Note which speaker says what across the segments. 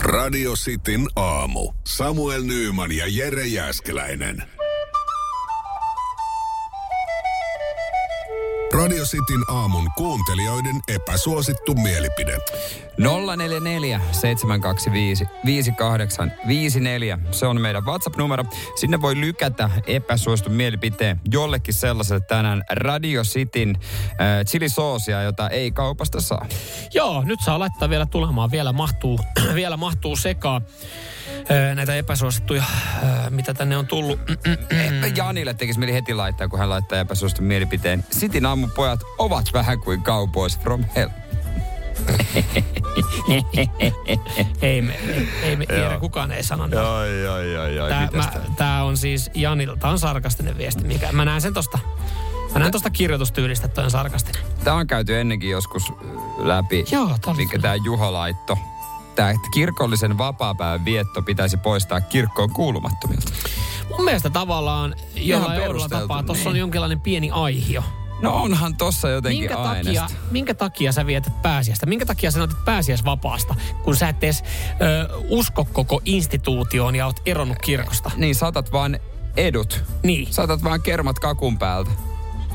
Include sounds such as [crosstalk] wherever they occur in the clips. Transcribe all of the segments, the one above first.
Speaker 1: Radio Cityn aamu. Samuel Nyyman ja Jere Jäskeläinen. Radio Cityn aamun kuuntelijoiden epäsuosittu mielipide.
Speaker 2: 044 725 5854. Se on meidän WhatsApp-numero. Sinne voi lykätä epäsuostun mielipiteen jollekin sellaiselle tänään Radio Cityn äh, chilisoosia, jota ei kaupasta saa.
Speaker 3: Joo, nyt saa laittaa vielä tulemaan. Vielä mahtuu, [clears throat] vielä mahtuu sekaan öö, näitä epäsuosittuja, öö, mitä tänne on tullut. Mm,
Speaker 2: Eipä Eh, Janille tekisi mieli heti laittaa, kun hän laittaa epäsuostun mielipiteen. Sitin aamupojat ovat vähän kuin kaupois from hell.
Speaker 3: ei me, ei, ei me Jere, kukaan ei sanonut.
Speaker 2: Ai, ai, ai, ai.
Speaker 3: Tää, mä, tää on siis Janilta, tää on sarkastinen viesti, mikä mä näen sen tosta. Mä näen tosta kirjoitustyylistä, että toi on sarkastinen.
Speaker 2: Tämä on käyty ennenkin joskus äh, läpi,
Speaker 3: Joo, tää oli
Speaker 2: minkä
Speaker 3: kyllä.
Speaker 2: tämä Juho laitto. Tämä, että kirkollisen vapaapäivän vietto pitäisi poistaa kirkkoon kuulumattomilta.
Speaker 3: Mun mielestä tavallaan jollain oudolla
Speaker 2: perusteltu,
Speaker 3: tapaa tossa
Speaker 2: niin.
Speaker 3: on jonkinlainen pieni aihio.
Speaker 2: No onhan tossa jotenkin
Speaker 3: Minkä takia,
Speaker 2: aineesta.
Speaker 3: minkä takia sä vietät pääsiäistä? Minkä takia sä näytät pääsiäisvapaasta, kun sä et edes ö, usko koko instituutioon ja oot eronnut kirkosta?
Speaker 2: Niin saatat vaan edut.
Speaker 3: Niin.
Speaker 2: Saatat vaan kermat kakun päältä.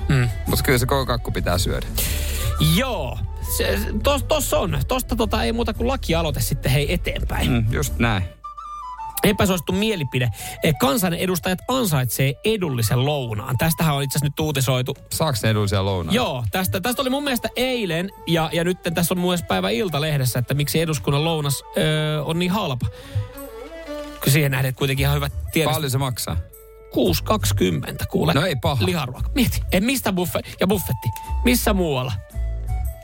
Speaker 3: Mm.
Speaker 2: Mutta kyllä se koko kakku pitää syödä.
Speaker 3: Joo. Se, se- tos, tos on. Tosta tota ei muuta kuin lakialoite sitten hei eteenpäin. Mm.
Speaker 2: Mm, just näin.
Speaker 3: Epäsuosittu mielipide. Eh, Kansanedustajat ansaitsee edullisen lounaan. Tästähän on itse asiassa nyt uutisoitu
Speaker 2: Saaks ne edullisia lounaita?
Speaker 3: Joo, tästä, tästä oli mun mielestä eilen ja, ja nyt tässä on myös päivä iltalehdessä, että miksi eduskunnan lounas öö, on niin halpa. Kun siihen nähden että kuitenkin ihan hyvät tiedot.
Speaker 2: Paljon se maksaa?
Speaker 3: 6,20 kuule.
Speaker 2: No ei paha.
Speaker 3: Liharuoka. Mieti, en mistä buffe, ja buffetti. Missä muualla?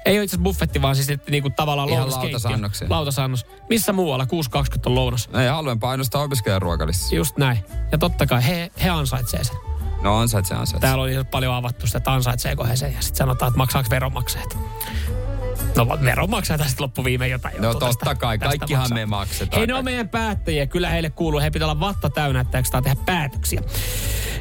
Speaker 3: Ei ole itse asiassa buffetti, vaan siis että niinku tavallaan
Speaker 2: Ihan
Speaker 3: lounaskeittiö.
Speaker 2: lautasannoksia.
Speaker 3: Lautasannos. Missä muualla? 6,20 on lounas.
Speaker 2: No ei halvempaa ainoastaan opiskelijan ruokalissa.
Speaker 3: Just näin. Ja totta kai he, he ansaitsee sen.
Speaker 2: No ansaitsee, ansaitsee.
Speaker 3: Täällä oli paljon avattu sitä, että ansaitseeko he sen. Ja sitten sanotaan, että maksaako veronmaksajat. No va- veronmaksajat sitten loppuviimein jotain.
Speaker 2: No
Speaker 3: joutuu
Speaker 2: totta kai, kaikkihan
Speaker 3: maksaa.
Speaker 2: me maksetaan.
Speaker 3: Hei, ne on meidän päättäjiä. Kyllä heille kuuluu. He pitää olla vatta täynnä, että eikö tehdä päätöksiä.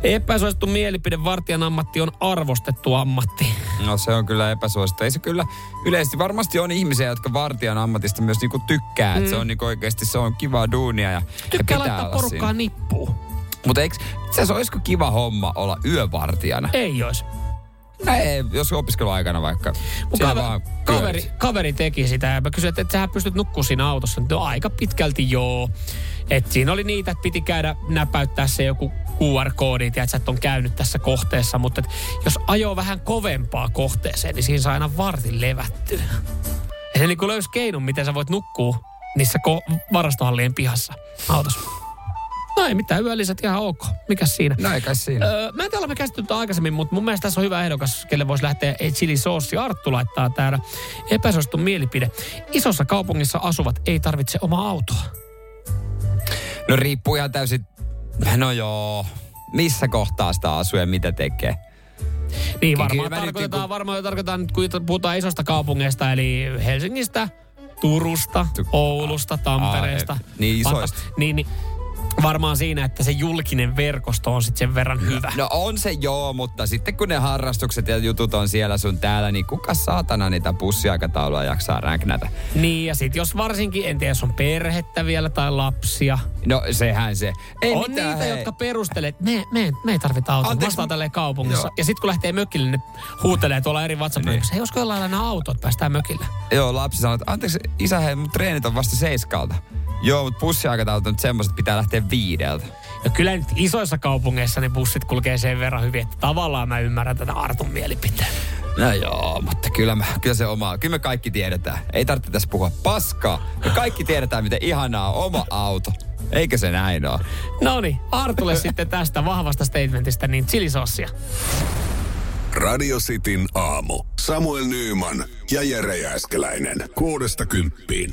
Speaker 3: Epäsuosittu mielipide vartijan ammatti on arvostettu ammatti.
Speaker 2: No se on kyllä epäsuosittu. Ei se kyllä, yleisesti varmasti on ihmisiä, jotka vartijan ammatista myös niinku tykkää. Mm. Et se on niinku oikeasti, se on kivaa duunia ja ja
Speaker 3: Tykkää
Speaker 2: pitää
Speaker 3: laittaa
Speaker 2: olla
Speaker 3: porukkaa
Speaker 2: siinä.
Speaker 3: nippuun.
Speaker 2: Mutta eikö, itse asiassa olisiko kiva homma olla yövartijana?
Speaker 3: Ei ois.
Speaker 2: No ei, jos opiskeluaikana vaikka.
Speaker 3: Mun
Speaker 2: Siellä
Speaker 3: kaveri,
Speaker 2: vaan
Speaker 3: kaveri,
Speaker 2: pyörit.
Speaker 3: kaveri teki sitä ja mä kysyin, että et sähän pystyt nukkua siinä autossa. No aika pitkälti joo. Et siinä oli niitä, että piti käydä näpäyttää se joku QR-koodi, tiedät, että sä et on käynyt tässä kohteessa. Mutta et jos ajoo vähän kovempaa kohteeseen, niin siinä saa aina vartin levättyä. Ja se niin kuin löysi keinon, miten sä voit nukkua niissä ko- varastohallien pihassa autossa. No ei mitään, yölliset ihan ok. Mikäs siinä?
Speaker 2: No ei kai siinä.
Speaker 3: Öö, mä en tiedä, olemme käsitelty aikaisemmin, mutta mun mielestä tässä on hyvä ehdokas, kelle voisi lähteä ei chili sossi. Arttu laittaa täällä epäsuosittu mielipide. Isossa kaupungissa asuvat ei tarvitse omaa autoa.
Speaker 2: No riippuu ihan täysin, no joo, missä kohtaa sitä asuu ja mitä tekee. Kyllä
Speaker 3: Niin varmaan
Speaker 2: mä nyt
Speaker 3: tarkoitetaan,
Speaker 2: niinku-
Speaker 3: varmaan tarkoitetaan nyt, kun it- puhutaan isosta kaupungeista, eli Helsingistä, Turusta,
Speaker 2: Tu-
Speaker 3: Oulusta, Tampereesta.
Speaker 2: Aa, niin isoista.
Speaker 3: Vanta- Niin, niin varmaan siinä, että se julkinen verkosto on sitten sen verran hyvä.
Speaker 2: No on se joo, mutta sitten kun ne harrastukset ja jutut on siellä sun täällä, niin kuka saatana niitä pussiaikataulua jaksaa ränknätä?
Speaker 3: Niin, ja sitten jos varsinkin, en tiedä, jos on perhettä vielä tai lapsia,
Speaker 2: No sehän se. Ei
Speaker 3: on
Speaker 2: mitään,
Speaker 3: niitä,
Speaker 2: hei.
Speaker 3: jotka perustelee, että me, me, me ei tarvita autoa.
Speaker 2: Anteeksi, m-
Speaker 3: Vastaan tälleen kaupungissa.
Speaker 2: Joo.
Speaker 3: Ja sitten kun lähtee mökille, ne huutelee tuolla eri whatsapp niin. Hei, olisiko jollain aina auto, että päästään mökille?
Speaker 2: Joo, lapsi sanoo, että anteeksi isä, hei, mun treenit on vasta seiskalta. Joo, mutta pussiaikataulut on nyt semmoset, pitää lähteä viideltä.
Speaker 3: Ja kyllä nyt isoissa kaupungeissa ne bussit kulkee sen verran hyvin, että tavallaan mä ymmärrän tätä Artun mielipiteen.
Speaker 2: No joo, mutta kyllä, mä, kyllä se oma, kyllä me kaikki tiedetään. Ei tarvitse tässä puhua paskaa. Me kaikki tiedetään, miten ihanaa on oma auto. Eikö se näin ole?
Speaker 3: No niin, Artulle [laughs] sitten tästä vahvasta statementista, niin chilisossia.
Speaker 1: Radio Cityn aamu. Samuel Nyyman ja Jere Jäskeläinen. Kuudesta kymppiin.